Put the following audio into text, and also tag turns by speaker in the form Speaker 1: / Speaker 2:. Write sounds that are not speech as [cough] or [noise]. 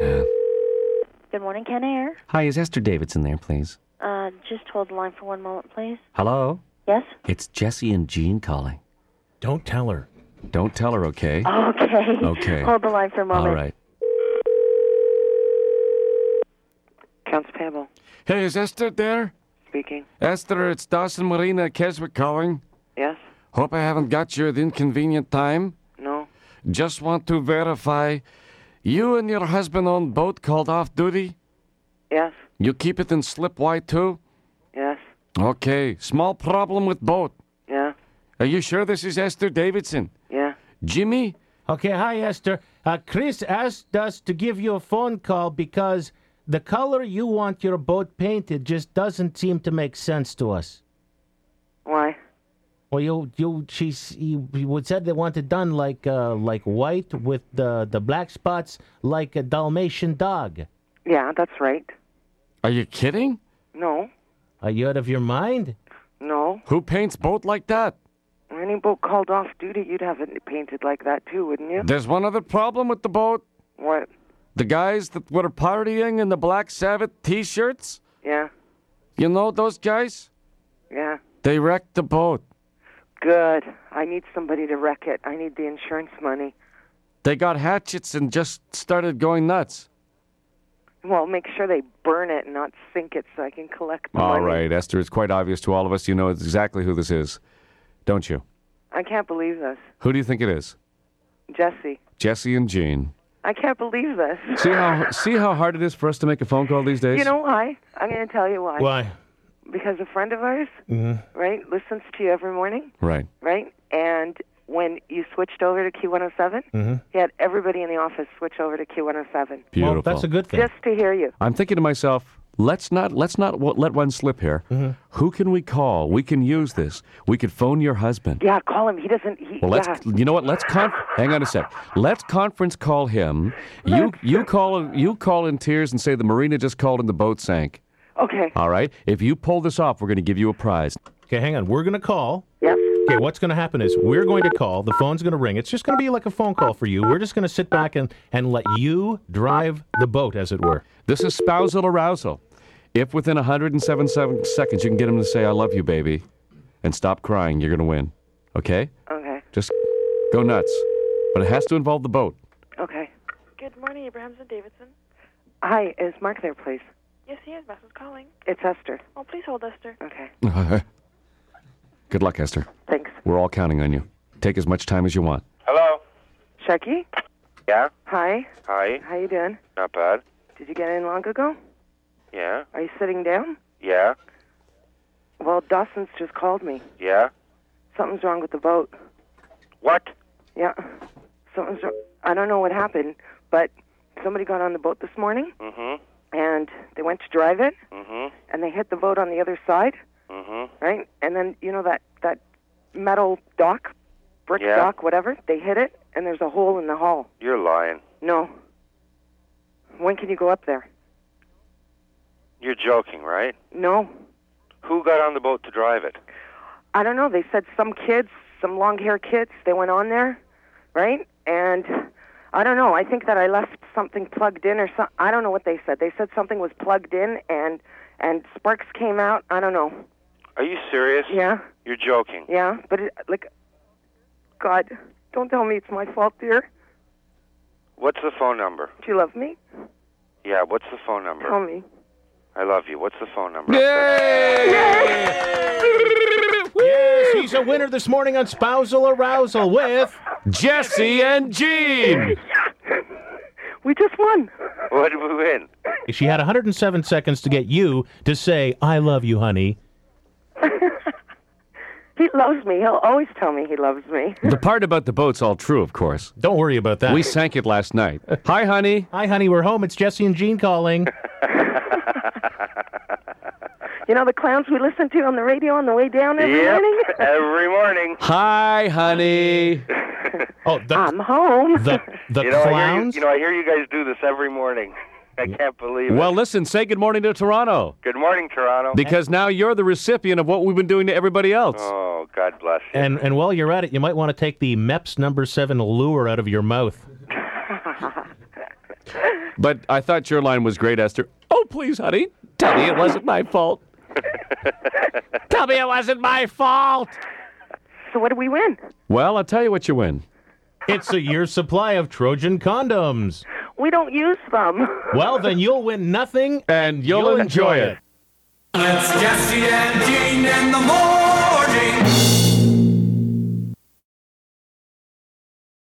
Speaker 1: Yeah.
Speaker 2: Good morning, Ken Air.
Speaker 1: Hi, is Esther Davidson there, please?
Speaker 2: Uh, just hold the line for one moment, please.
Speaker 1: Hello?
Speaker 2: Yes?
Speaker 1: It's Jesse and Jean calling.
Speaker 3: Don't tell her.
Speaker 1: Don't tell her, okay?
Speaker 2: Okay.
Speaker 1: Okay.
Speaker 2: Hold the line for a moment.
Speaker 1: All right.
Speaker 4: Accounts payable
Speaker 5: Hey, is Esther there?
Speaker 4: speaking.
Speaker 5: Esther, it's Dawson Marina at Keswick calling.
Speaker 4: Yes?
Speaker 5: Hope I haven't got you at inconvenient time.
Speaker 4: No?
Speaker 5: Just want to verify. You and your husband on boat called off duty?
Speaker 4: Yes?
Speaker 5: You keep it in slip Y too?
Speaker 4: Yes?
Speaker 5: Okay. Small problem with boat.
Speaker 4: Yeah?
Speaker 5: Are you sure this is Esther Davidson?
Speaker 4: Yeah?
Speaker 5: Jimmy?
Speaker 3: Okay, hi, Esther. Uh, Chris asked us to give you a phone call because the color you want your boat painted just doesn't seem to make sense to us.
Speaker 4: Why?
Speaker 3: Well, you, you, she, you you said they want it done like, uh, like white with the, the black spots, like a Dalmatian dog.
Speaker 4: Yeah, that's right.
Speaker 5: Are you kidding?
Speaker 4: No?
Speaker 3: Are you out of your mind?
Speaker 4: No?
Speaker 5: Who paints boat like that?
Speaker 4: Any boat called off duty, you'd have it painted like that too, wouldn't you?
Speaker 5: There's one other problem with the boat.
Speaker 4: What?
Speaker 5: The guys that were partying in the Black Sabbath t shirts.
Speaker 4: Yeah?
Speaker 5: You know those guys?
Speaker 4: Yeah?
Speaker 5: They wrecked the boat.
Speaker 4: Good. I need somebody to wreck it. I need the insurance money.
Speaker 5: They got hatchets and just started going nuts.
Speaker 4: Well, make sure they burn it and not sink it so I can collect the
Speaker 1: All
Speaker 4: money.
Speaker 1: right,
Speaker 5: Esther, it's quite obvious to all of us you know exactly who this is, don't you?
Speaker 4: I can't believe this.
Speaker 5: Who do you think it is?
Speaker 4: Jesse.
Speaker 5: Jesse and Jean.
Speaker 4: I can't believe
Speaker 1: [laughs]
Speaker 4: this.
Speaker 5: See how see how hard it is for us to make a phone call these days?
Speaker 4: You know why? I'm going to tell you why.
Speaker 3: Why?
Speaker 4: Because a friend of ours,
Speaker 1: Mm-hmm.
Speaker 4: right, listens to you every morning,
Speaker 5: right.
Speaker 4: right? And when you switched over to Q107,
Speaker 5: Mm-hmm.
Speaker 4: he had everybody in the office switch over to Q107
Speaker 5: Beautiful.
Speaker 3: Well, that's a good thing.
Speaker 4: just to hear you.
Speaker 5: I'm thinking to myself, let's not let's not w- let one slip here.
Speaker 3: Mm-hmm.
Speaker 5: Who can we call? We can use this. We could phone your husband.
Speaker 4: Yeah, call him. He doesn't. He,
Speaker 5: Well, let's.
Speaker 4: yeah.
Speaker 5: You know what? Let's con- hang on a sec. Let's conference call him. You you call you call in tears and say the marina just called and the boat sank.
Speaker 4: Okay.
Speaker 5: All right. If you pull this off, we're going to give you a prize.
Speaker 3: Okay, hang on. We're going to call.
Speaker 4: Yes.
Speaker 3: Okay, what's going to happen is we're going to call. The phone's going to ring. It's just going to be like a phone call for you. We're just going to sit back and, and let you drive the boat, as it were.
Speaker 5: This is spousal arousal. If within 107 seven seconds you can get him to say "I love you, baby," and stop crying, you're going to win. Okay?
Speaker 4: Okay.
Speaker 5: Just go nuts. But it has to involve the boat. [laughs]
Speaker 4: Okay.
Speaker 6: Good morning, Abrahams and Davidson.
Speaker 4: Hi, is Mark there, please?
Speaker 6: Yes, he is. Message calling.
Speaker 4: It's Esther.
Speaker 6: Oh, please hold, Esther.
Speaker 4: Okay.
Speaker 5: Good luck, Esther.
Speaker 4: Thanks.
Speaker 5: We're all counting on you. Take as much time as you want.
Speaker 7: Hello.
Speaker 4: Shecky.
Speaker 7: Yeah.
Speaker 4: Hi.
Speaker 7: Hi.
Speaker 4: How you doing?
Speaker 7: Not bad.
Speaker 4: Did you get in long ago?
Speaker 7: Yeah.
Speaker 4: Are you sitting down?
Speaker 7: Yeah.
Speaker 4: Well, Dawson's just called me.
Speaker 7: Yeah.
Speaker 4: Something's wrong with the boat.
Speaker 7: What?
Speaker 4: Yeah. Something's wrong. I don't know what happened, but somebody got on the boat this morning
Speaker 7: Mhm.
Speaker 4: and they went to drive it
Speaker 7: Mhm.
Speaker 4: and they hit the boat on the other side,
Speaker 7: Mhm.
Speaker 4: right? And then, you know, that, that metal dock, brick
Speaker 7: Yeah.
Speaker 4: dock, whatever, they hit it and there's a hole in the hull.
Speaker 7: You're lying.
Speaker 4: No. When can you go up there?
Speaker 7: You're joking, right?
Speaker 4: No.
Speaker 7: Who got on the boat to drive it?
Speaker 4: I don't know. They said some kids, some long hair kids, they went on there, right? And I don't know. I think that I left something plugged in or some. I don't know what they said. They said something was plugged in and and sparks came out. I don't know.
Speaker 7: Are you serious?
Speaker 4: Yeah,
Speaker 7: You're joking.
Speaker 4: yeah. But it, like, God, don't tell me it's my fault, dear.
Speaker 7: What's the phone number?
Speaker 4: Do you love me?
Speaker 7: Yeah. What's the phone
Speaker 4: Tell
Speaker 7: number?
Speaker 4: me.
Speaker 7: I love you. What's the phone number?
Speaker 3: Yes, he's a winner this morning on Spousal Arousal with.
Speaker 5: Jesse and Gene.
Speaker 4: We just won.
Speaker 7: What did we win?
Speaker 3: She had 107 seconds to get you to say, I love you, honey.
Speaker 4: He loves me. He'll always tell me he loves me.
Speaker 5: The part about the boat's all true, of course.
Speaker 3: Don't worry about that.
Speaker 5: We sank it last night. Hi, honey.
Speaker 3: Hi, honey, we're home. It's Jesse and Jean [laughs] calling.
Speaker 4: You know the clowns we listen to on the radio on the way down every
Speaker 7: Yep.
Speaker 4: morning.
Speaker 7: [laughs] Every morning.
Speaker 5: Hi, honey.
Speaker 3: Oh, the,
Speaker 4: I'm home.
Speaker 3: the, the
Speaker 7: You know, I hear you,
Speaker 3: clowns?
Speaker 7: you know, I hear you guys do this every morning. [laughs] I can't believe
Speaker 5: Well,
Speaker 7: it.
Speaker 5: listen, say good morning to Toronto
Speaker 7: Good morning, Toronto.
Speaker 5: because now you're the recipient of what we've been doing to everybody else.
Speaker 7: oh, God bless you.
Speaker 3: and, and while you're at it, you might want to take the MEPS number seven lure out of your mouth.
Speaker 5: But I thought your line was great, Esther. Oh, please, honey, tell me it wasn't my fault. tell me it wasn't my fault.
Speaker 4: So what do we win?
Speaker 5: Well, I'll tell you what you win.
Speaker 3: It's a year's supply of Trojan condoms.
Speaker 4: We don't use them. [laughs]
Speaker 3: Well, then you'll win nothing.
Speaker 5: And you'll, enjoy, it.
Speaker 8: It's Jesse and Gene in the morning.